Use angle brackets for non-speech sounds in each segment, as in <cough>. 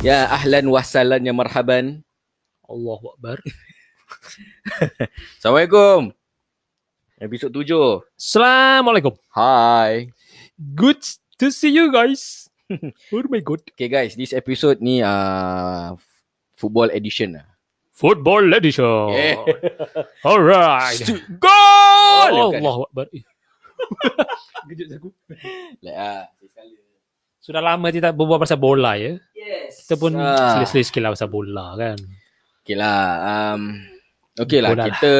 Ya ahlan wa sahlan ya marhaban. Allahu Akbar. Assalamualaikum. Episod tujuh. Assalamualaikum. Hi. Good to see you guys. <laughs> oh my god. Okay guys, this episode ni uh, football edition lah. Football edition. Yeah. Alright. Stu- Goal! Oh, bukan. Allahu Akbar. Eh. Kejut aku. Like, ah. Sudah lama kita tak berbual pasal bola ya. Yes. Kita pun Ah. selis-selis sikit lah pasal bola kan. Okay lah. Um, okay lah. Bola lah. Kita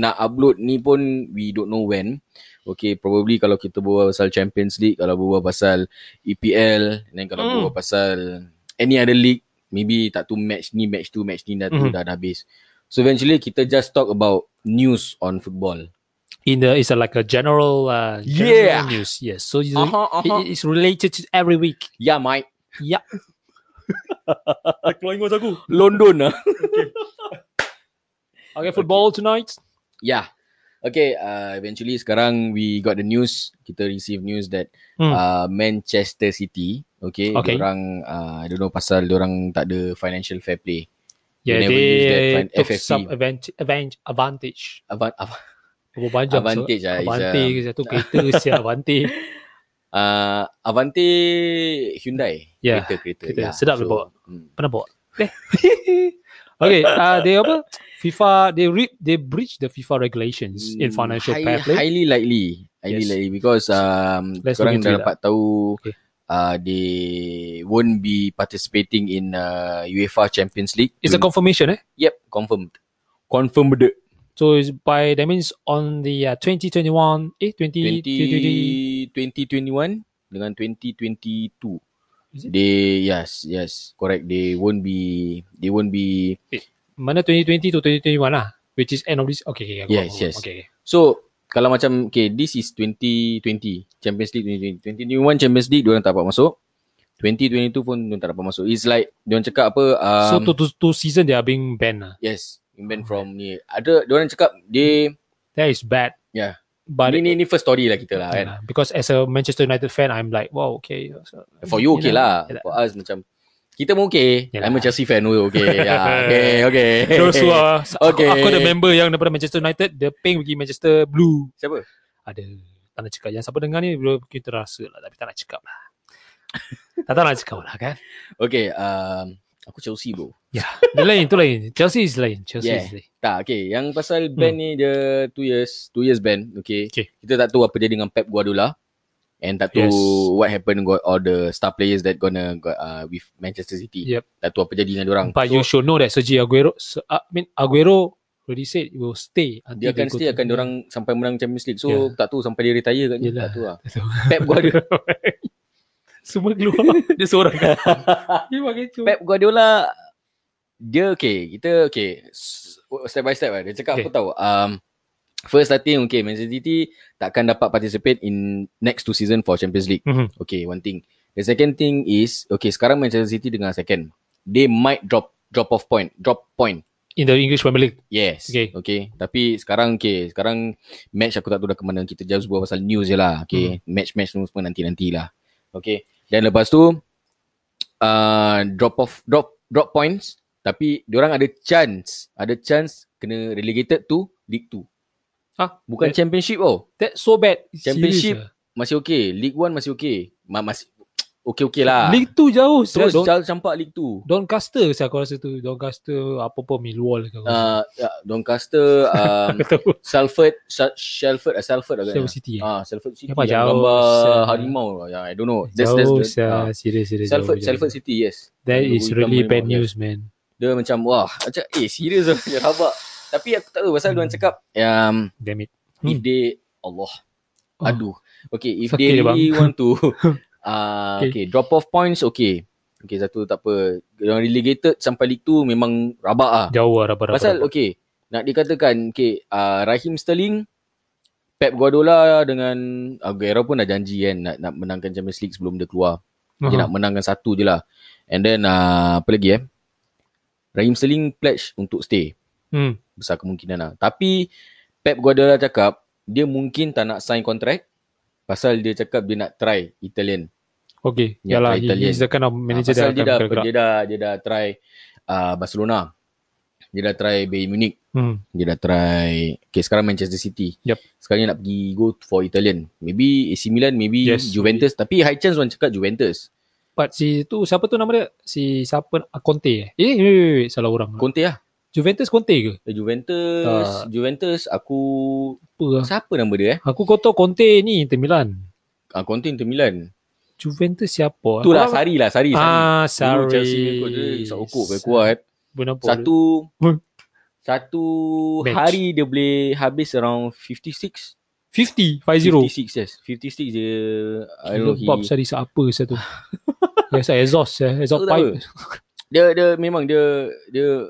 nak upload ni pun we don't know when. Okay, probably kalau kita berbual pasal Champions League, kalau berbual pasal EPL, and then kalau Hmm. berbual pasal any other league, maybe tak tu match ni, match tu, match ni dah tu Mhm. dah, dah habis. So eventually kita just talk about news on football. In the, it's a, like a general, uh, general Yeah. news. Yes. So it's, Aha, aha. it- it's related to every <laughs> week. Yeah, Mike. Ya. Keluar ingus aku. London lah. Okay, football tonight. Yeah. Okay, uh, eventually sekarang we got the news. Kita receive news that Hmm. uh, Manchester City, okay, Okay. orang uh, I don't know pasal orang tak ada financial fair play. They Yeah, never use that they fan- took FFP. some advantage, advantage, advantage. Avan, avan, Berapa panjang? Advantage so, lah, is, Advantage um, um, satu kereta siap advantage. uh, Avante Hyundai. Yeah, Kereta, kereta. Ya, Ya, kereta. Sedap dia bawa. hmm. Pernah <laughs> bawa? Eh. okay, uh, they apa? FIFA, they re- they breach the FIFA regulations in Hmm, financial high- fair play. Highly likely. Highly Yes. likely because um, Let's look korang into dah it dapat tahu ah. Okay. uh, they won't be participating in uh, UEFA Champions League. It's a Dun- confirmation, eh? Yep, confirmed. Confirmed. So it's by that means on the uh, 2021, eh, 20, 20, 20, 2021 dengan 2022. Is it? They yes, yes, correct. They won't be they won't be mana 2020 to 2021 lah, which is end of this. Okay, okay, okay, Yes, okay, yes. Okay, okay. So kalau macam okay, this is 2020 Champions League 2020. 2021 Champions League diorang tak dapat masuk. 2022 pun diorang tak dapat masuk. It's like diorang cakap apa um, so two, two, two season they are being banned. Lah. yes, invent from ni. Ada diorang cakap dia That is bad. Yeah. But ni ni ni first story lah kita lah kan. Yeah, because as a Manchester United fan, I'm like, wow, okay. So, For you okay lah. yeah. For us macam kita pun okay. Yalah. I'm a Chelsea fan pun okay. <laughs> yeah, okay, okay. Those who are Okay. okay. aku, aku ada member yang daripada Manchester United Dia ping pergi Manchester Blue Siapa? Ada Tak nak cakap Yang siapa dengar ni bro, Kita rasa lah Tapi tak nak cakap <laughs> lah Tak tahu nak cakap lah kan Okay, um, aku Chelsea bro. Ya yeah. lain tu lain Chelsea is lain Chelsea Yeah. is lain Tak, okay. Yang pasal ban ni dia 2 years, 2 years ban. Okay. Hmm. Okay. Kita tak tahu apa dia dengan Pep Guardiola. And tak tahu Yes. what happened got all the star players that gonna got, uh, with Manchester City. Yep. Tak tahu apa jadi dengan orang. But you should know that Sergio Aguero so, I mean Aguero Already said will stay Dia akan stay akan orang sampai menang Champions League. So Yeah. tak tahu sampai dia retire kat Tak Yelah. tahu lah. So, <laughs> Pep <laughs> Guardiola, Semua keluar <laughs> Dia seorang kan Dia pakai tu Pep Guardiola dia okay, kita okay. S- Step by step lah. Dia cakap Okay. apa tahu. Um, first I think okay, Manchester City takkan dapat participate in next two season for Champions League. Mhm. Okay, one thing. The second thing is, okay, sekarang Manchester City dengan second. They might drop drop off point, drop point. In the English Premier League Yes. Okay. okay. Tapi sekarang, okay, sekarang match aku tak tahu dah ke mana. Kita just buat pasal news je lah. Okay, Hmm. match-match semua, semua nanti-nantilah. Okay. Dan lepas tu, uh, drop off, drop drop points. Tapi diorang ada chance, ada chance kena relegated to League 2. Ah, Bukan that- championship oh. That's so bad Serious Championship. lah. Masih okay. League 1 masih okay. Ma- masih okay-okay lah. League 2 jauh Terus Don't- Charles campak League 2. Doncaster saya aku rasa tu Doncaster apa pun Millwall ke aku <laughs> rasa. Uh, uh, Doncaster, um, <laughs> Aku tahu Salford, Sel- Shelford, uh, Salford Selby agaknya. City eh. Ah, Salford City. Nampak yang jauh, gambar sia. harimau. lah. Yeah, I don't know. That's, that's, Jauh that's, sia uh, serius serius Salford, jauh, Salford jauh. City, yes. That Yang is logo really hitam bad harimau, yes. news man Dia macam, wah, macam, eh, serius lah. Dia rabak. Tapi aku tak tahu pasal Hmm. diorang cakap, um, Damn it if Hmm. they, Allah, Oh. aduh. Okay, if Sakit they dia, bang. really want <laughs> to, uh, Okay. okay. drop off points, okay. Okay, satu tak apa. Diorang relegated sampai League 2 memang rabak ah. Jauh lah rapat Pasal okey, nak dikatakan okey, uh, Rahim Sterling Pep Guardiola dengan Aguero pun dah janji kan nak, nak menangkan Champions League sebelum dia keluar. Dia nak menangkan satu je lah. And then uh, apa lagi eh? Rahim Sterling pledge untuk stay. Hmm Besar kemungkinan lah. Tapi Pep Guardiola cakap dia mungkin tak nak sign kontrak pasal dia cakap dia nak try Italian. Okay. Ya, Yeah, lah. He, Italian. he's the kind of manager Ah, pasal that dia akan dah bergerak. dia dah dia dah try uh, Barcelona. Dia dah try Bayern Munich, Hmm. dia dah try okay sekarang Manchester City. Yup. Sekarang dia nak pergi go for Italian. Maybe AC Milan, maybe Yes. Juventus tapi high chance orang cakap Juventus. But si tu siapa tu nama dia? Si siapa? Ah, Conte eh? Eh, wait, wait, wait, salah orang. Conte lah. Juventus Conte ke? Eh, Juventus, Tak. Juventus aku Apa lah. siapa nama dia eh? Aku kau tahu Conte ni Inter Milan. Ah, Conte Inter Milan. Juventus siapa? Tu lah Aku- Sari lah, Sari. Sari. Ah, Dulu sorry. Chelsea punya coach dia Isak Okok very kuat. eh. Bunampol. Satu Hmm. satu Match. hari dia boleh habis around 56 50, 50. 56 yes 56 dia I don't know he, Bob Sari siapa <laughs> satu. Biasa exhaust eh. Exhaust Tahu tak pipe. dia dia memang dia dia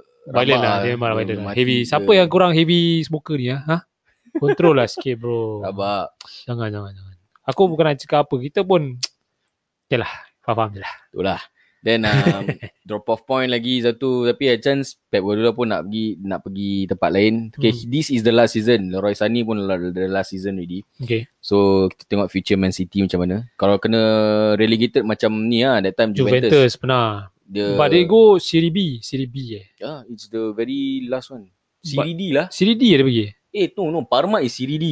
rabak Violent lah. Dia memang violent lah. mati Heavy. ke. Siapa yang kurang heavy smoker ni ah? Ha? Control lah sikit bro. rabak Jangan, jangan, jangan. Aku bukan nak cakap apa. Kita pun, okay lah. Faham je lah. itulah then <laughs> um, drop off point lagi satu tapi a chance Pep Guardiola pun nak pergi nak pergi tempat lain okay Hmm. this is the last season Leroy Sani pun la- the last season already Okay. so kita tengok future Man City macam mana kalau kena relegated macam ni lah that time Juventus, Juventus, pernah. dia But they go Siri B. Siri B eh. yeah, it's the very last one But- Serie D lah Siri D dia pergi. Eh no no Parma is Serie D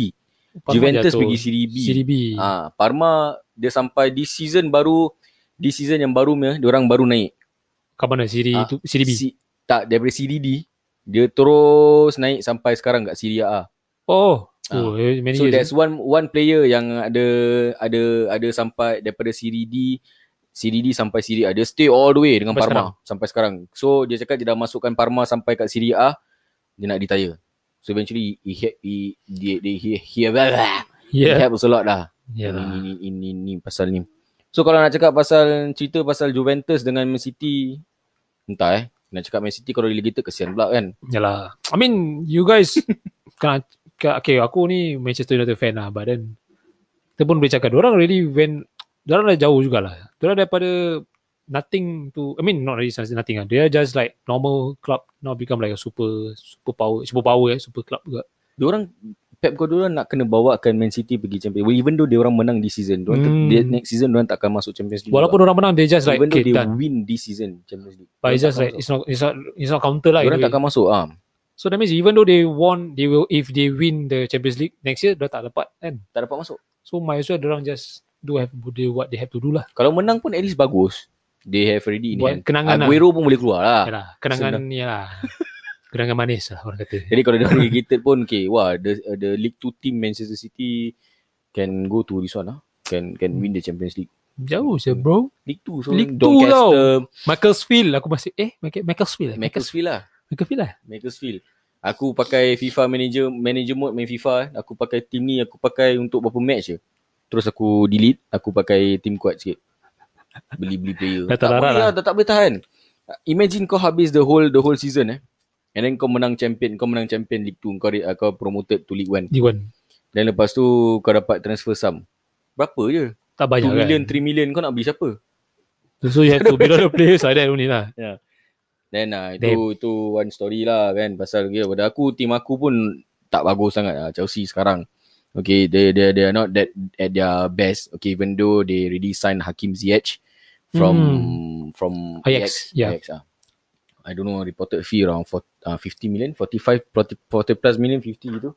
Parma Juventus jatuh. pergi Serie B Siri B. Ah, Parma dia sampai di season baru di season yang baru ni orang baru naik. Kat mana? Siri, Ah, tu, Siri B. Si, tak daripada Serie D dia terus naik sampai sekarang kat Serie A. Oh. Ah. Oh, eh, many So years. that's one one player yang ada ada ada sampai daripada Serie D Serie D sampai Serie A. Dia stay all the way dengan Sampai Parma sampai sekarang. So dia cakap dia dah masukkan Parma sampai kat Serie A dia nak retire. So eventually he he he he, he, he, he, he Yeah. helps a lot lah. Ini, Yeah. lah. ini, ini, ini, pasal ni. So kalau nak cakap pasal cerita pasal Juventus dengan Man City, entah eh. Nak cakap Man City kalau relegated kesian pula kan. Yalah. I mean, you <laughs> guys kena, ke- okay, aku ni Manchester United fan lah, but then kita pun boleh cakap, orang really when orang dah jauh jugalah. Orang daripada nothing to, I mean not really something- nothing lah. They are just like normal club now become like a super super power, super power eh, super club juga. Diorang Pep Guardiola nak kena bawakan Man City pergi Champions League. Even though dia orang menang this season, diorang Hmm. hmm. dia, next season diorang tak akan masuk Champions League. Walaupun orang menang, they just juga. like even though okay, they done. win this season Champions League. But diorang it's just tak like akan it's not it's not it's not counter masuk. lah. Diorang in tak a way. akan masuk ah. So that means even though they won, they will if they win the Champions League next year, dah tak dapat kan. Tak dapat masuk. So might as well orang just do have do what they have to do lah. Kalau menang pun at least bagus. They have already in hand. Buat kenangan lah. Aguero pun boleh keluar lah. Yalah, kenangan ni lah. kenangan manis lah orang kata. Jadi kalau dia relegated pun okay, wah the uh, the League 2 team Manchester City can go to this one ah. Can can win the Champions League. Jauh je bro. League 2 so League two Doncaster, Macclesfield aku masih eh Mac- Macclesfield. eh? Maccles- Macclesfield lah. Macclesfield lah. Macclesfield. Aku pakai FIFA manager manager mode main FIFA, eh. aku pakai team ni aku pakai untuk berapa match je. Terus aku delete, aku pakai team kuat sikit. Beli-beli player. Dah tak larat boleh lah. dah tak boleh tahan. Imagine kau habis the whole the whole season eh. And then kau menang champion, kau menang champion League 2, kau re- uh, kau promoted to League 1. Diwan. Dan lepas tu kau dapat transfer sum. Berapa je? Tak 2 banyak kan. million, 3 million kau nak beli siapa? So you have to build all the players like that only lah. Then ah itu itu one story lah kan pasal dia pada aku tim aku pun tak bagus sangat lah Chelsea sekarang. Okay, they they they are not that at their best. Okay, even though they already sign Hakim Ziyech from from Hmm. Ajax, yeah. Ajax, ah. I don't know reported fee around for, uh, 50 million, 45 40, 40 plus million 50 gitu.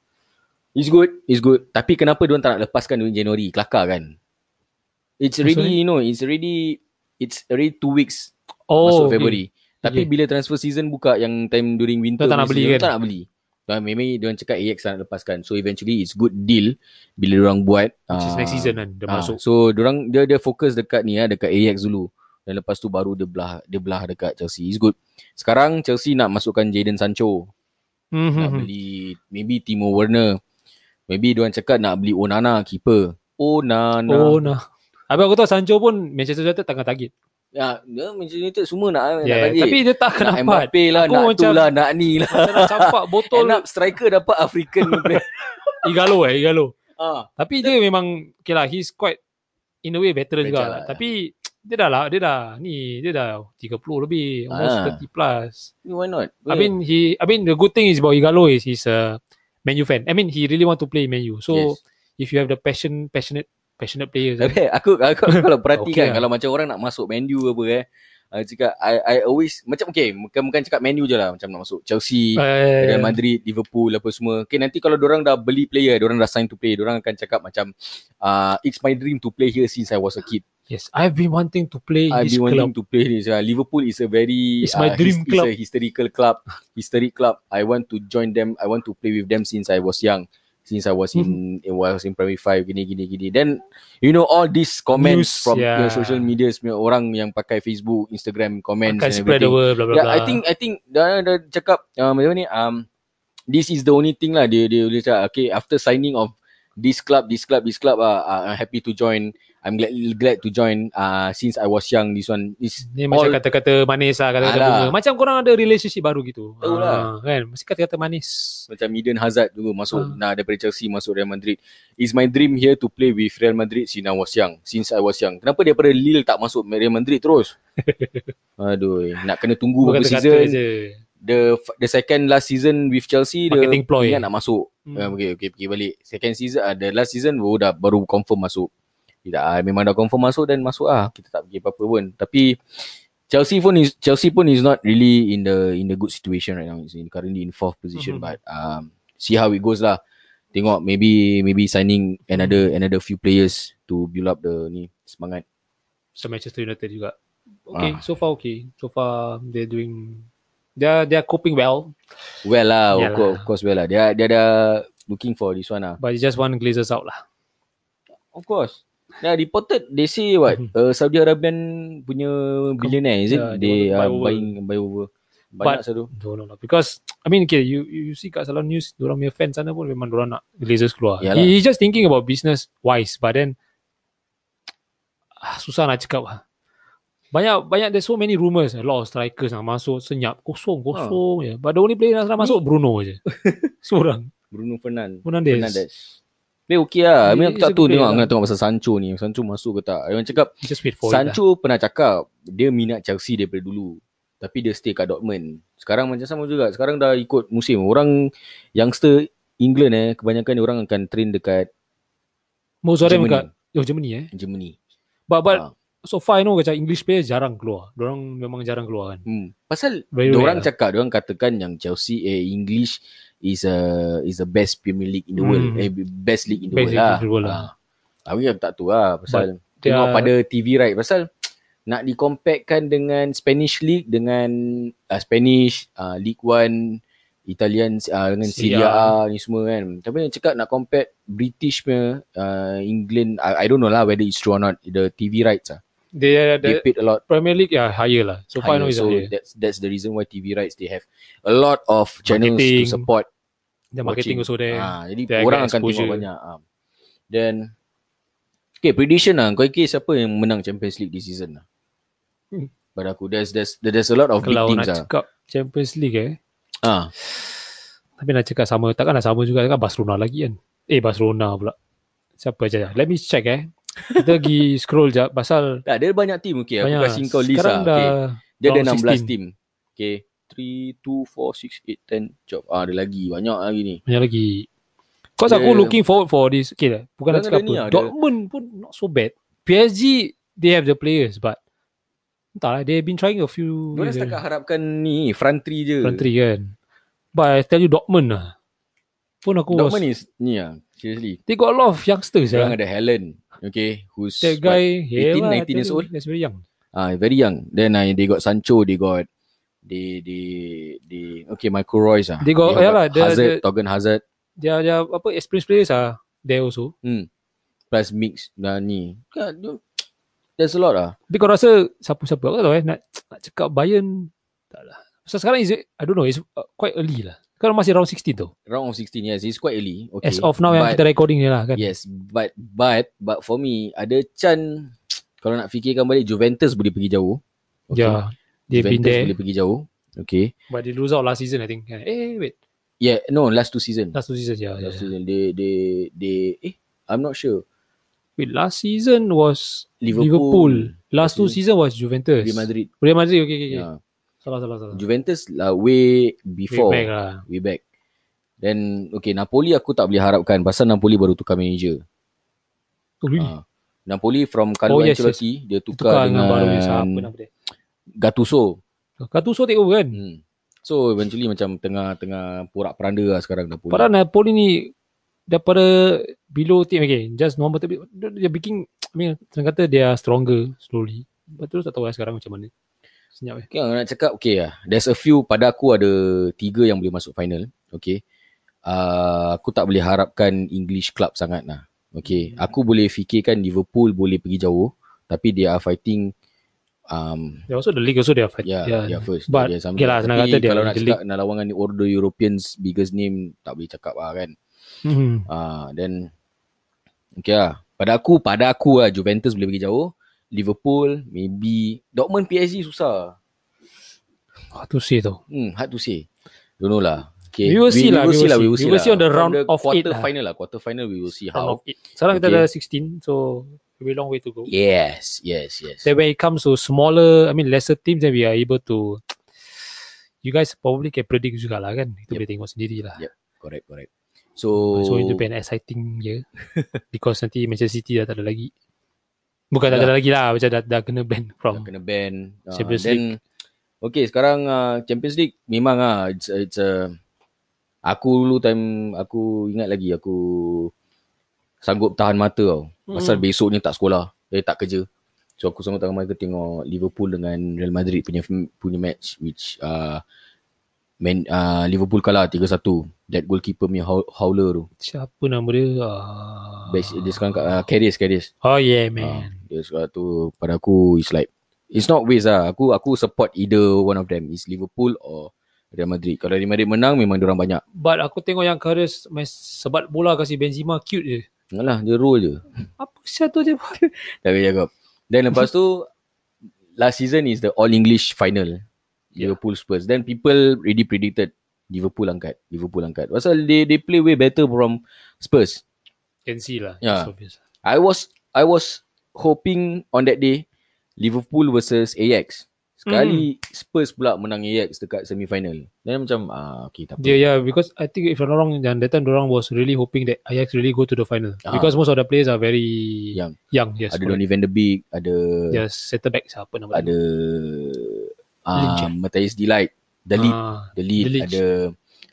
It's good, it's good. Tapi kenapa dia tak nak lepaskan during Januari? Kelakar kan? It's already, you know, it's already it's already two weeks oh, masuk Oh. February. Tapi Okay. bila transfer season buka yang time during winter Dia tak nak punya beli season, kan? Tak nak beli. Dan maybe dia orang cakap AX tak nak lepaskan. So eventually it's good deal bila orang buat Which is ah, next season kan dia ah, masuk. So orang dia dia fokus dekat ni ah dekat AX dulu. Dan lepas tu baru dia belah dia belah dekat Chelsea. It's good. Sekarang Chelsea nak masukkan Jadon Sancho, nak Mhm. beli maybe Timo Werner. Maybe dia orang cakap nak beli Onana keeper. Onana. Oh nah. Habis aku tahu Sancho pun Manchester United tengah target. Ya, dia Manchester United semua nak nak Yeah, bagi. tapi dia nak tak akan dapat. Mbappe lah, Aku nak tu macam- lah, nak ni lah. Dia nak campak <laughs> botol End up striker dapat <laughs> African player. Igalo eh Igalo. ah. Tapi dia memang okay lah, he's quite in a way Veteran veteran juga. lah. Lah. Tapi dia dah lah, dia dah ni, dia dah 30 lebih, almost Ah. 30 plus. Why not? I mean he I mean the good thing is about Igalo is he's a Man U fan. I mean he really want to play Man U. So Yes. if you have the passion passionate passionate players kan. Tapi aku aku, aku kalau perhatikan Okay lah. kalau macam orang nak masuk menu apa eh. Aku cakap I, I always macam okay bukan bukan cakap menu je lah macam nak masuk Chelsea, Real Uh, Madrid, Liverpool apa semua. Okay nanti kalau orang dah beli player, orang dah sign to play, orang akan cakap macam uh, it's my dream to play here since I was a kid. yes, I've been wanting to play in I've this been wanting club. to play this. Uh, Liverpool is a very uh, It's my dream his- club. It's a historical club, historic club. I want to join them. I want to play with them since I was young. Since I was in Hmm. I was in primary five gini gini gini. Then you know all these comments News, from yeah. your social media semua orang yang pakai Facebook, Instagram comments and Akan Kan, spread the everything. word, blah blah Yeah, blah. I think I think dah dah cakap uh, macam mana ni um this is the only thing lah dia dia dia cakap okay after signing of this club this club this club uh, uh, I'm happy to join I'm glad glad to join uh, since I was young this one is Ni macam all- kata-kata manis lah Kata-kata Alah. bunga Macam korang ada relationship baru gitu Betul lah. Ah, Kan Mesti kata-kata manis macam Eden Hazard dulu masuk Ah. nah daripada Chelsea masuk Real Madrid is my dream here to play with Real Madrid since I was young since I was young kenapa daripada Lille tak masuk Real Madrid <laughs> terus aduh nak kena tunggu Bukan berapa kata-kata season je the the second last season with Chelsea dia Marketing ploy. ingat nak masuk. Hmm. Hmm. Uh, okay, okay, pergi balik. Second season uh, the last season baru dah baru confirm masuk. Tidak uh, memang dah confirm masuk dan masuk ah. Kita tak pergi apa-apa pun. Tapi Chelsea pun is Chelsea pun is not really in the in the good situation right now. It's in, currently in fourth position Mhm. mm-hmm. but um see how it goes lah. Tengok maybe maybe signing another another few players to build up the ni semangat. So Manchester United juga Ah. Okay so far okay So far they're doing They're, they're coping well Well lah, of Yalah. course, of course well lah. Dia dia ada looking for this one lah. But it's just one glazers out lah Of course. Nah, reported they say <laughs> what Mhm. uh, Saudi Arabian punya billionaire is it? Yeah, they they are want to buy over. buying buy over. Banyak But- selalu. Don't know lah Because I mean okay You you you see kat Salam News Diorang punya fans sana pun Memang diorang nak glazers keluar Yalah. He, he just thinking about business wise But then ah, Susah nak cakap lah banyak banyak there's so many rumours a lot of strikers nak masuk senyap kosong Ah. kosong je but the only player yang nak masuk Bruno <laughs> je seorang Bruno Fernand. Fernandes Fernandes. Tapi okey lah. I mean, aku He's tak tahu a good tengok, player nak tengok pasal Sancho ni. Sancho masuk ke tak. Orang cakap just wait For for it lah. Sancho pernah cakap dia minat Chelsea daripada dulu. Tapi dia stay kat Dortmund. Sekarang macam sama juga. Sekarang dah ikut musim. Orang youngster England eh, kebanyakan orang akan train dekat Most of them Germany. kat oh, Germany eh. Germany. But, but Ah. so far I know macam English players jarang keluar. Diorang memang jarang keluar kan. Hmm. Pasal Very Dia rare orang lah. cakap, dia orang katakan yang Chelsea eh English is a is the best Premier League in the Hmm. world. Eh best league in the world Best league lah. in the world lah. Ha. Aku yang tak tahu lah pasal But tengok they are- pada TV right pasal nak dikompaktkan dengan Spanish League dengan uh, Spanish uh, League One Italian uh, dengan Serie Serie A ni semua kan. Tapi yang cakap nak compare British punya uh, England I, I don't know lah whether it's true or not the TV rights ah. They are They the paid a lot Premier League yeah, higher lah. So far I know higher. is So higher. that's that's the reason why TV rights they have a lot of channels Marketing, to support. The marketing watching. also there. Ah, jadi they orang get akan tengok exposure. banyak. Ah. Then okay prediction lah. Kau kira siapa yang menang Champions League this season lah? Hmm. Pada aku there's there's there's a lot of Kalau big nak teams lah. cakap Champions League eh. Ah, Tapi nak cakap sama takkan nak sama juga kan Barcelona lagi kan. Eh Barcelona pula. Siapa je. Let me check eh. Kita pergi scroll jap pasal tak ada banyak team okay. Ya, Aku banyak. kasih kau list Sekarang lah. dah Okay. Dia ada round 16 16. team. Okay. 3 2 4 6 8 10 job. Ah, ada lagi banyak lagi ni. banyak lagi. Cause aku Dia- looking forward for this. Okay lah. Bukan nak Dia cakap ada ni apa. ada- Dortmund pun not so bad. PSG, they have the players but entahlah, they have been trying a few Mereka years, setakat eh, harapkan ni front three je. front three kan. But I tell you Dortmund lah. Pun aku was, Dortmund is ni ah. Seriously. they got a lot of youngsters Sekarang lah. ada Helen. Okay. Who's That guy, 18, yeah, 19 years old? That's very young. Ah, very young. Then uh, they got Sancho, they got they they they okay, Michael Royce ah. They got- They yalah, the- Hazard, the- Torgan Hazard Dia dia apa experienced players ah there also. plus mix dah ni. God, you- There's a lot ah. Tapi kau rasa siapa-siapa kau tahu eh nak nak cakap Bayern tak lah. Pasal sekarang is it, I don't know, it's uh, quite early lah. Sekarang masih round 16 tu. Round of 16 yes, it's quite early. Okay. As of now yang but, kita recording ni lah kan. Yes, but but but for me ada chance kalau nak fikirkan balik Juventus boleh pergi jauh. Yeah, they've Juventus been there, boleh pergi jauh. Okay. but they lose out last season. I think. Eh, wait, Yeah, no, last two season. last two seasons. Yeah, Last two last, season they they they eh I'm not sure. wait, last season was Liverpool, Liverpool. Last Last two season was Juventus. Real Madrid. Real Madrid. Okay, okay, okay. Yeah. Salah, salah, salah. Juventus lah way before Way back lah. way back. Then okay Napoli aku tak boleh harapkan pasal Napoli baru tukar manager. Oh, really? Ah. Napoli from Carlo Oh, yes, Ancelotti dia Tukar tukar, dengan baru ni siapa dengan nama dia. Gattuso. Gattuso take over kan. Hmm. So eventually macam tengah-tengah porak-peranda lah sekarang Napoli. Padahal Napoli ni daripada below team okay, just normal tapi dia bikin I mean senang kata dia stronger slowly. Lepas tu tak tahu lah sekarang macam mana. Senyap eh. Okay, kalau nak cakap okay lah. There's a few pada aku ada tiga yang boleh masuk final. Okay. Uh, aku tak boleh harapkan English club sangat lah. Okay. Hmm. Aku boleh fikirkan Liverpool boleh pergi jauh. Tapi they are fighting um, They also the league also they are fight. Yeah, yeah, yeah first. But, yeah, okay lah, senang kata dia kalau nak the cakap nak lawan dengan ni order Europeans biggest name tak boleh cakap lah kan. Hmm. Ah, then okay lah. Pada aku, pada aku lah Juventus boleh pergi jauh. Liverpool, maybe Dortmund PSG susah. Hard to say tau. Hmm, hard to say. Don't know lah. Okay. We will see lah, we will see. We will see on the From round of eight quarter lah. final lah. Quarter final we will see Round how. of eight. Sekarang kita Okay. ada 16 so we long way to go. Yes, yes, yes. Then when it comes to smaller, I mean lesser teams, then we are able to. You guys probably can predict juga lah kan. Yep. Oh. Itu boleh tengok sendiri lah. Correct, correct. So, So itu be an exciting year <laughs> because nanti Manchester City dah tak ada lagi. Bukan tak ada lagi lah, macam dah, dah kena ban Dah from. kena ban. Uh, Champions then, Okay, sekarang uh, Champions League memang ah it's, it's a aku dulu time aku ingat lagi aku sanggup tahan mata tau. Pasal Mm. besoknya tak sekolah, eh tak kerja. So aku sanggup tahan mata tengok Liverpool dengan Real Madrid punya punya match which uh, Man, uh, Liverpool kalah 3-1 That goalkeeper punya hau- howler tu Siapa nama dia? Uh, Best, Dia sekarang kat uh, Karius Karius Oh Ah, yeah man. dia surat tu pada aku is like it's not waste lah. Aku aku support either one of them. Is Liverpool or Real Madrid. Kalau Real Madrid menang memang orang banyak. But aku tengok yang Karius main sebat bola kasih Benzema cute je. Alah dia roll je. Apa siapa tu dia buat? <laughs> Tak payah cakap. Then lepas tu last season is the all English final. Liverpool Spurs. Then people already predicted Liverpool angkat. Liverpool angkat. Pasal they they play way better from Spurs. Can see lah. Yeah. It's obvious. I was I was hoping on that day Liverpool versus Ajax. Hmm. Sekali Spurs pula menang Ajax dekat semifinal. Then macam ah okay tak apa. Yeah, yeah, ya, because I think if I'm not wrong, yang that time orang was really hoping that Ajax really go to the final Ah. because most of the players are very Young. young yes. ada correct. Donny van de Beek, ada Yes, center back siapa nama dia? ada Lynch, ah eh? Matthias Delight, The Lead, Ah, The Lead, De Ligt. ada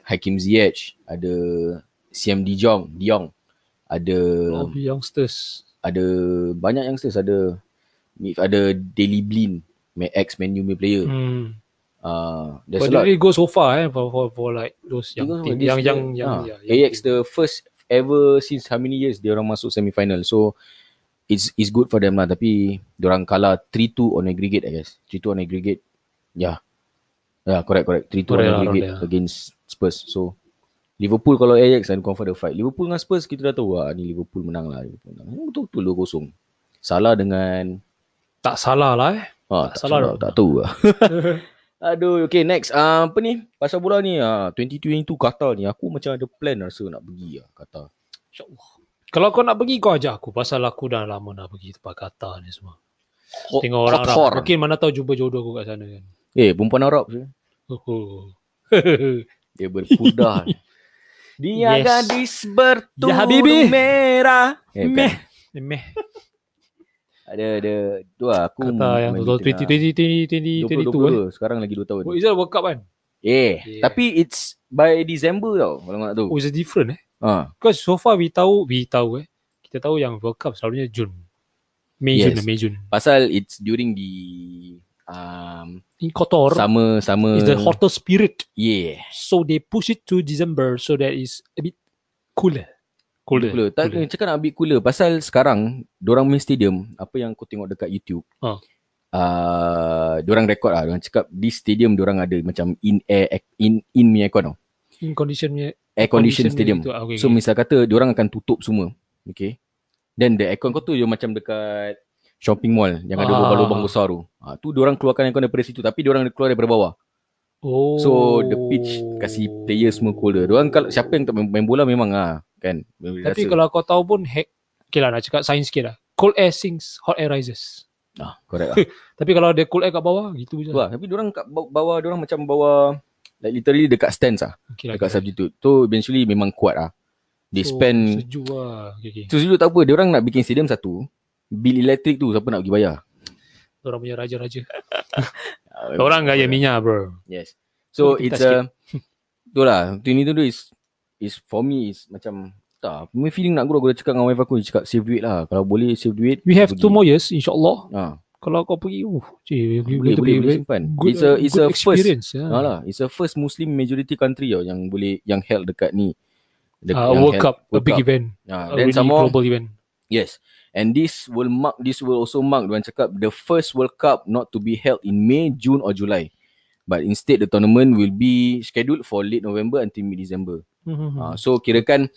Hakim Ziyech, ada CM Dijon, Dion, ada all the youngsters. ada banyak youngsters ada ada Daily Blin, ex Man U punya player. Hmm. Ah there's But a lot. they really go so far eh for for, for like those young Because team, this yang the- yang yang ah, yeah, AX the first ever since how many years dia orang masuk semifinal. So it's it's good for them lah tapi dia orang kalah 3-2 on aggregate I guess. 3-2 on aggregate. Yeah. Yeah, correct correct. 3-2 on Around there, aggregate around there. against Spurs. So Liverpool kalau Ajax and confirm the fight. Liverpool dengan Spurs kita dah tahu lah ni Liverpool menang lah. Liverpool menang. Hmm, Betul-betul 2-0. Salah dengan tak salah lah eh. Ah, tak, Tak salah salah, tak tahu lah. <laughs> Aduh, okay next. Uh, apa ni? Pasal bola ni, uh, 2022 Qatar ni. Aku macam ada plan rasa nak pergi lah Qatar. InsyaAllah. Kalau kau nak pergi kau ajak aku pasal aku dah lama nak pergi tempat Qatar ni semua. Ho- Tengok orang Qatar. Arab. Mungkin mana tahu jumpa jodoh aku kat sana kan. Eh, perempuan Arab je. Oh. Dia berpudah. <laughs> Dia Yes. gadis bertutur Ya, Habibie. merah. Eh, <laughs> Meh. Meh. Meh. Ada, ada. Tu lah, aku Kata yang lagi betul tengah 20 20 20 20 22 eh. 2022. Sekarang lagi 2 tahun. Oh, Izal World Cup kan? Eh, Yeah. tapi it's by December tau kalau nak tahu. Oh, it's different eh. Ha. Because so far we tahu, we tahu eh. Kita tahu yang World Cup selalunya Jun. Mei Yes. Jun lah, Mei Jun. Pasal it's during the um, In Qatar summer summer is the hottest spirit. yeah So they push it to December so that is a bit cooler. Cooler. Cooler. Tak Cooler. cakap nak ambil cooler pasal sekarang orang main stadium apa yang kau tengok dekat YouTube. Ha. Uh, diorang rekod lah Diorang cakap Di stadium diorang ada Macam in air In in punya aircon tau In condition punya. Air eh, condition punya stadium itu. Ah, Okay, So okay. misal kata Diorang akan tutup semua Okay Then the aircon kau tu je Macam dekat Shopping mall Yang ada Ah. lubang-lubang besar tu ha, Tu diorang keluarkan aircon daripada situ Tapi diorang keluar daripada bawah oh. So the pitch Kasih player semua cooler Diorang kalau Siapa yang tak main, main bola memang ah Kan Tapi kalau kau tahu pun hack. Okay lah nak cakap sains sikit lah. Cold air sinks, hot air rises. ah, Correct lah Tapi kalau ada cold air kat bawah, gitu je. Tu lah. Tapi orang kat baw- bawah orang macam bawah like literally dekat stands ah, Okay dekat lah, okay lah. substitute. Tu eventually memang kuat ah. They spend Sejuk lah okay, okay. Tu dulu tak apa, dia orang nak bikin stadium satu. Bil elektrik tu siapa nak pergi bayar? Orang punya raja-raja Orang gaya minyak bro Yes. So Kita it's a itulah, <laughs> tu ni tu tu is is for me is macam tak, aku punya feeling nak grow aku dah cakap dengan wife aku dia cakap save duit lah. Kalau boleh save duit. We have pergi. two more years InsyaAllah Ha, Kalau kau pergi uh, cik, boleh, boleh, boleh, simpan. good, it's a it's a good first. experience Ha lah, it's a first Muslim majority country tau yang boleh yang held dekat ni. Dek- uh, yang World held- Cup A World big Cup. event Ha, A then really some more global event Yes. And this will mark this will also mark diorang cakap the first World Cup not to be held in May, June or July. But instead the tournament will be scheduled for late November until mid December. Mhm. Uh, so kirakan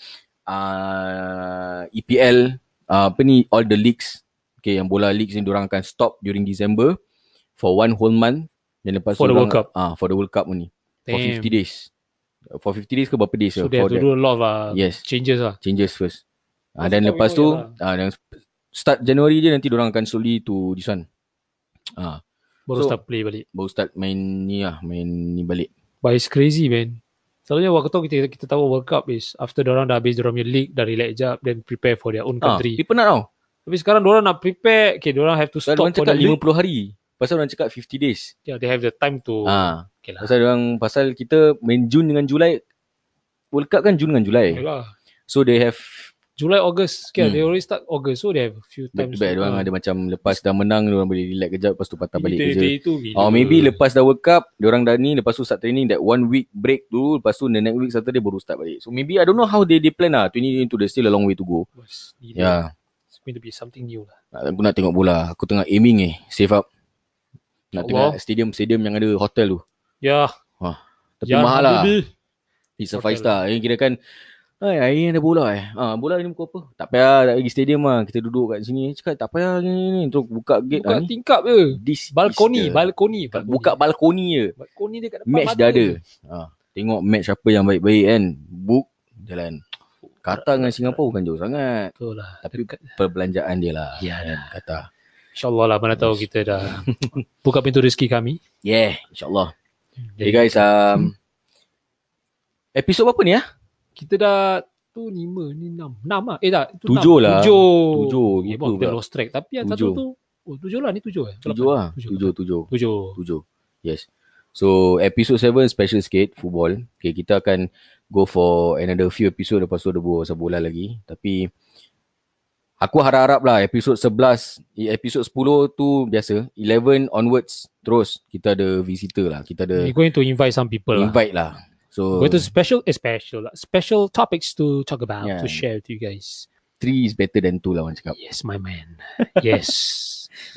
uh, EPL uh, apa ni all the leagues okay yang bola leagues ni diorang akan stop during December for one whole month dan lepas For tu the World dorang- ah for the World Cup ni for Damn. 50 days for 50 days ke berapa days So ke? they for have to do a lot of uh, yes changes lah changes first. Ah First dan start lepas memang tu ya ah dan start Januari je nanti orang akan slowly to this one. Ah Baru So- start play balik baru start main ni lah, main ni balik. But it's crazy man Selalunya waktu tu kita, kita tahu World Cup is After orang dah habis dorang punya league Dah relax jap Then prepare for their own Ah, country dia penat tau. Tapi sekarang orang nak prepare Okay orang have to Pasal stop orang for cakap the league 50 hari. Pasal orang cakap 50 days. yeah, They have the time to Ah, Okay lah pasal orang pasal kita main Jun dengan Julai World Cup kan Jun dengan Okay Julai. lah So they have July, August Hmm. okay, They already start August So they have a few back to times ah, back orang ada macam lepas dah menang orang boleh relax kejap lepas tu patah balik kerja. Day, day tu gila Oh maybe lepas dah World Cup Diorang dah ni Lepas tu start training That one week break tu Lepas tu the next week Saturday baru start balik So maybe I don't know how they, they plan lah 20 into the still a long way to go Bos, Ya gila. yeah. It's going to be something new lah Aku nak tengok bola Aku tengah aiming eh Save up Nak Allah. tengok stadium-stadium yang ada hotel tu Ya Tapi Ya, mahal lah Habibie. It's a Hotel. five star Ini kira kan Hai, hari ni ada bola eh. Ha, bola ni pukul apa? Tak payah nak pergi stadium lah. Kita duduk kat sini. Cakap tak payah ni ni. ni. Terus buka gate. Buka ah, ni. tingkap je This is Balkoni the- Balkoni balkoni. Buka balkoni je. Balkoni dia kat depan match mata dah je. ada. Ha, tengok match apa yang baik-baik kan. Book jalan. Qatar dengan Singapura bukan jauh sangat. Betul lah Tapi- Dekat. Perbelanjaan dia lah. Ya. Kan, Qatar. InsyaAllah lah Mana tahu kita <laughs> dah Buka pintu rezeki kami Yeah, insyaAllah. Hey guys, um, episod berapa ni ah? Kita dah Tu lima Ni enam Enam lah Eh tak tu Tujuh lah. enam. Tujuh Tujuh, Eh, gitu bang, Kita pula. lost track Tapi yang Tujuh. satu tu Oh tujuh lah Ni tujuh eh Tujuh lah. Tujuh. Tujuh, tujuh. Tujuh Tujuh. Yes. So, episode 7 special sikit, football. Okay, kita akan go for another few episode lepas tu ada buat pasal bola lagi. Tapi, aku harap-harap lah episode 11, eh, episode 10 tu biasa. 11 onwards terus kita ada visitor lah. Kita ada We're going to invite some people lah invite lah. So, Going to special eh, special lah Special topics to talk about Yeah. To share to you guys 3 is better than 2 lah orang cakap. Yes my man <laughs> Yes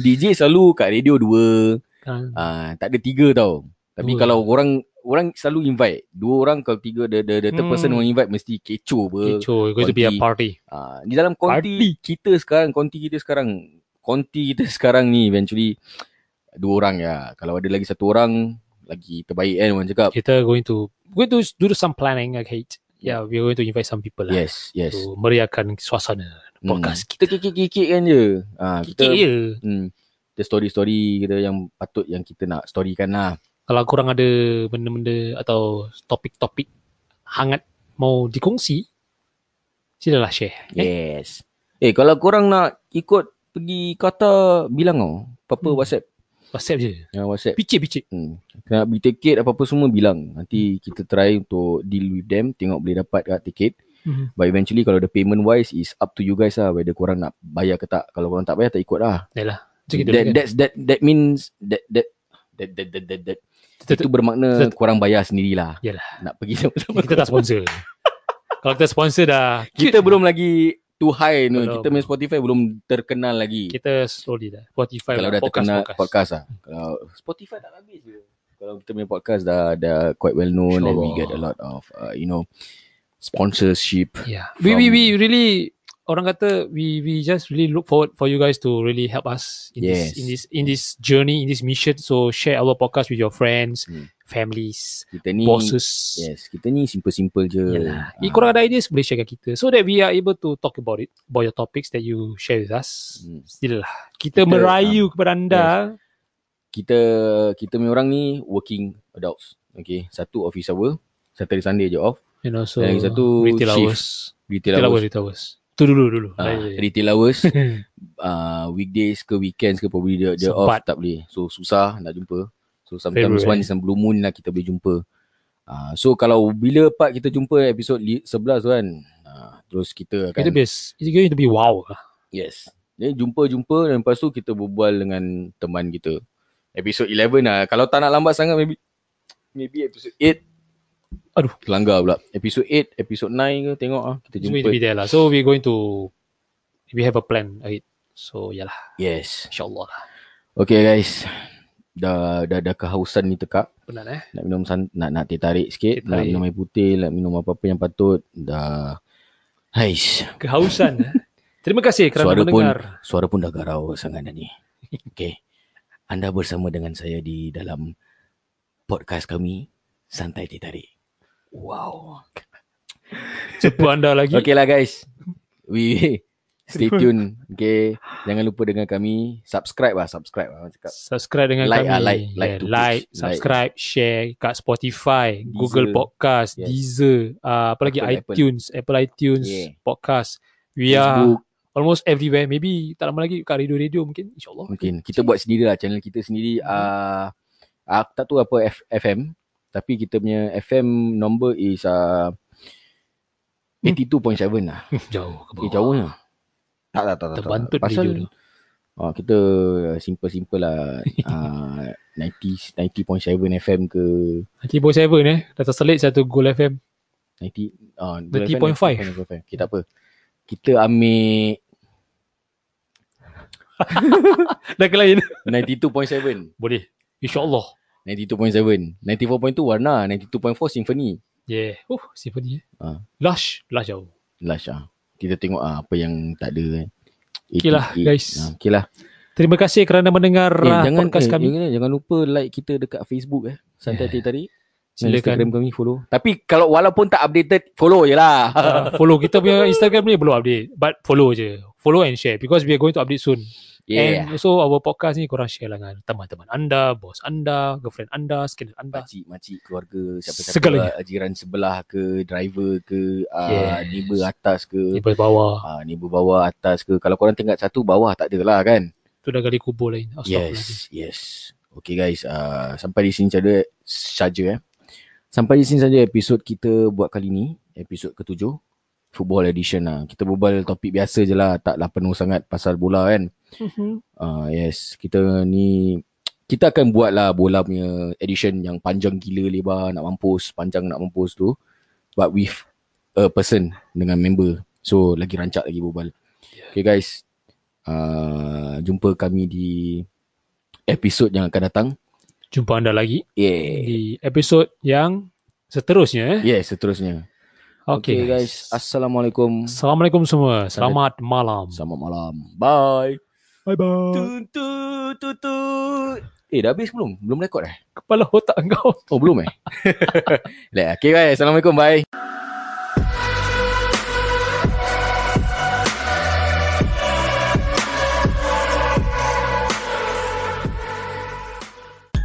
DJ selalu kat radio 2, Kan ah tak ada 3 tau. Tapi Dua. kalau orang orang selalu invite, dua orang kalau tiga the the, the third Hmm. person orang invite mesti kecoh ber. Kecoh Going to be a Konti. party Ah, di dalam konti kita sekarang, konti kita sekarang, konti kita <laughs> sekarang ni eventually dua orang ya. Kalau ada lagi satu orang lagi terbaik kan orang cakap. Kita going to Going to do some planning Okay Yeah we're going to invite some people lah Yes, yes. Hmm. To meriahkan suasana Podcast kita kikik-kikik kan je. Ah, kita Kikik je hmm, kita story-story kita yang patut yang kita nak storykan lah. Kalau korang ada benda-benda Atau topik-topik Hangat Mau dikongsi Silalah share eh? Yes. Eh kalau korang nak ikut pergi Qatar bilang tau. Apa-apa Hmm. WhatsApp. Whatsapp je Ya, WhatsApp. Picit-picit Hmm. Nak beli tiket apa-apa semua bilang. Nanti kita try untuk deal with them. Tengok boleh dapat kat tiket. Mhm. But eventually kalau the payment wise is up to you guys lah. Whether korang nak bayar ke tak. Kalau korang tak bayar tak ikut lah. Macam gitu that, kan? that's, that, that means that, that, that, that, that, that, that. Kita- Itu bermakna korang bayar sendirilah. Yalah. Nak pergi <laughs> sama-sama. Kita tak <laughs> sponsor Kalau kita sponsor dah Kita belum lagi too high ni. Belum. Kita main Spotify belum terkenal lagi. Kita slowly dah Spotify kalau lah, dah terkenal podcast, lah. Kalau Spotify tak habis je. Kalau kita punya podcast dah dah quite well known and we InsyaAllah. get a lot of uh, you know sponsorship. Yeah. From- Ya. We we we really orang kata we we just really look forward for you guys to really help us in Yes. this in this in this journey in this mission. So share our podcast with your friends, Hmm. families, Kita ni bosses. Yes, kita ni simple-simple je. Yalah. Ah. Uh, korang ada ideas boleh share kat kita so that we are able to talk about it about your topics that you share with us. Hmm. Still lah. Kita, Kita, ah. merayu kepada anda. Kita kita punya orang ni working adults. Okay, satu office hour, Saturday Sunday je off. And also Lagi satu, retail shift. hours. Retail Retail hours, hours. retail hours. Tu dulu dulu. Ya, Ah, Lain- lain. retail hours uh, weekdays ke weekends ke probably dia, dia off Sempat. tak boleh. So susah nak jumpa. So sometimes February. once in blue moon lah kita boleh jumpa. Uh, so kalau bila part kita jumpa episod li- 11 tu kan uh, terus kita akan Kita best. It's going to be wow lah. yes. Jadi jumpa-jumpa dan lepas tu kita berbual dengan teman kita. Episod 11 lah. Kalau tak nak lambat sangat maybe maybe episod 8 Aduh. Langgar pula. Episod 8, episod 9 ke tengok ah kita It's going to jumpa. be there lah. So we're going to we have a plan ahead. So ya yalah, Yes. insyaallah lah. Okay guys. Dah dah dah kehausan ni tekak. Penat eh. nak minum san, nak nak teh tarik sikit, Teh nak tarik. minum air putih, nak minum apa-apa yang patut. Dah Hais, Kehausan <laughs> eh. Terima kasih kerana Suara pun- mendengar. suara pun dah garau sangat dah ni. <laughs> Okey. Anda bersama dengan saya di dalam podcast kami Santai Teh Tarik. Wow. Cepu anda <laughs> lagi. Okey lah guys. We stay tune. Okay. Jangan lupa dengan kami. Subscribe lah. Subscribe lah. orang Cakap. Subscribe dengan Like kami. ah, like, like yeah, to like, push, subscribe, share kat Spotify, Google Podcast, Yes. Deezer, uh, apa lagi Apple, Apple. iTunes, Apple, iTunes Yeah. podcast. We are Facebook. almost everywhere. Maybe tak lama lagi kat radio-radio mungkin <laughs> insyaallah. Mungkin. Kita buat sendiri lah. Channel kita sendiri. ah uh, tak tahu apa F- FM. Tapi kita punya FM number is uh, 82.7 lah. Jauh ke Eh, bawah. jauh lah. Tak, tak, tak. tak, Terbantut tak. Pasal, radio tu. ah, kita simple-simple <laughs> lah. ah 90, 90.7 FM ke 90.7 eh. Dah terselit satu Goal FM. 90, ah, 90.5. 90.5. Okay, tak apa. Kita ambil Dah kelain. 92.7. Boleh. InsyaAllah. 92.7. 94.2 warna. 92.4 simfoni. Yeah. Oh, symphony eh. Ah. Lush. Lush jauh. Lush ah. Kita tengok ah, apa yang tak ada kan. Okay lah, 88. guys. Ah, okay lah. Terima kasih kerana mendengar Eh, eh, jangan, podcast eh, kami. jangan, jangan lupa like kita dekat Facebook eh. Santai yeah. tadi. Instagram Silakan kami follow. Tapi kalau walaupun tak updated, follow je <laughs> lah. uh, follow kita punya Instagram ni belum update but follow je. Follow and share because we are going to update soon. yeah. And also our podcast ni korang share lah dengan teman-teman anda, bos anda, girlfriend anda, skin anda. Pakcik, makcik, keluarga, siapa-siapa. Segalanya. lah, Jiran sebelah ke, driver ke, uh, Yes. neighbor atas ke, Tiba bawah uh, neighbor bawah atas ke. Kalau korang tingkat satu, bawah tak adalah kan. tu dah gali kubur lain. Oh, Astaghfirullah. Yes, yes. Okay guys, uh, sampai di sini saja, saja eh. Sampai di sini saja episod kita buat kali ni. Episod ketujuh. Football edition lah. Kita berbual topik biasa je lah. Taklah penuh sangat pasal bola kan. Mhm. Ah yes, kita ni kita akan buat lah bola punya edition yang panjang gila lebar nak mampus, panjang nak mampus tu. But with a person dengan member. So lagi rancak lagi berbual. Okay guys, uh, jumpa kami di episod yang akan datang. Jumpa anda lagi Yeah. di episod yang seterusnya eh. Yeah, seterusnya. Okay, guys. Assalamualaikum. Assalamualaikum semua. Selamat malam. Selamat malam. Bye. Bye bye. Tut tut tut tut. Eh, dah habis belum? Belum rekod eh? Kepala otak kau. Oh, <laughs> belum eh? Lek, okay guys. Assalamualaikum. Bye.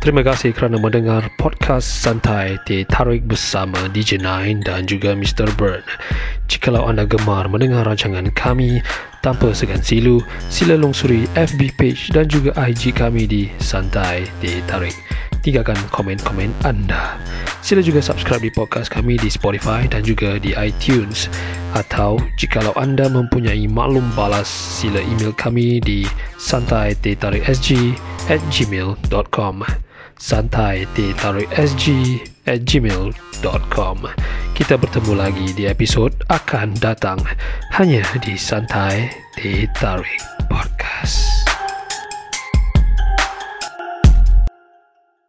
Terima kasih kerana mendengar podcast santai Teh Tarik bersama DJ Nine dan juga Mr. Bird. Jikalau anda gemar mendengar rancangan kami tanpa segan silu, sila lungsuri FB page dan juga IG kami di Santai Teh Tarik. Tinggalkan komen-komen anda. Sila juga subscribe di podcast kami di Spotify dan juga di iTunes. Atau jikalau anda mempunyai maklum balas, sila email kami di santaitetarik.sg at gmail.com santaitetarik.sg at gmail.com Kita bertemu lagi di episod akan datang hanya di Santai Teh Tarik.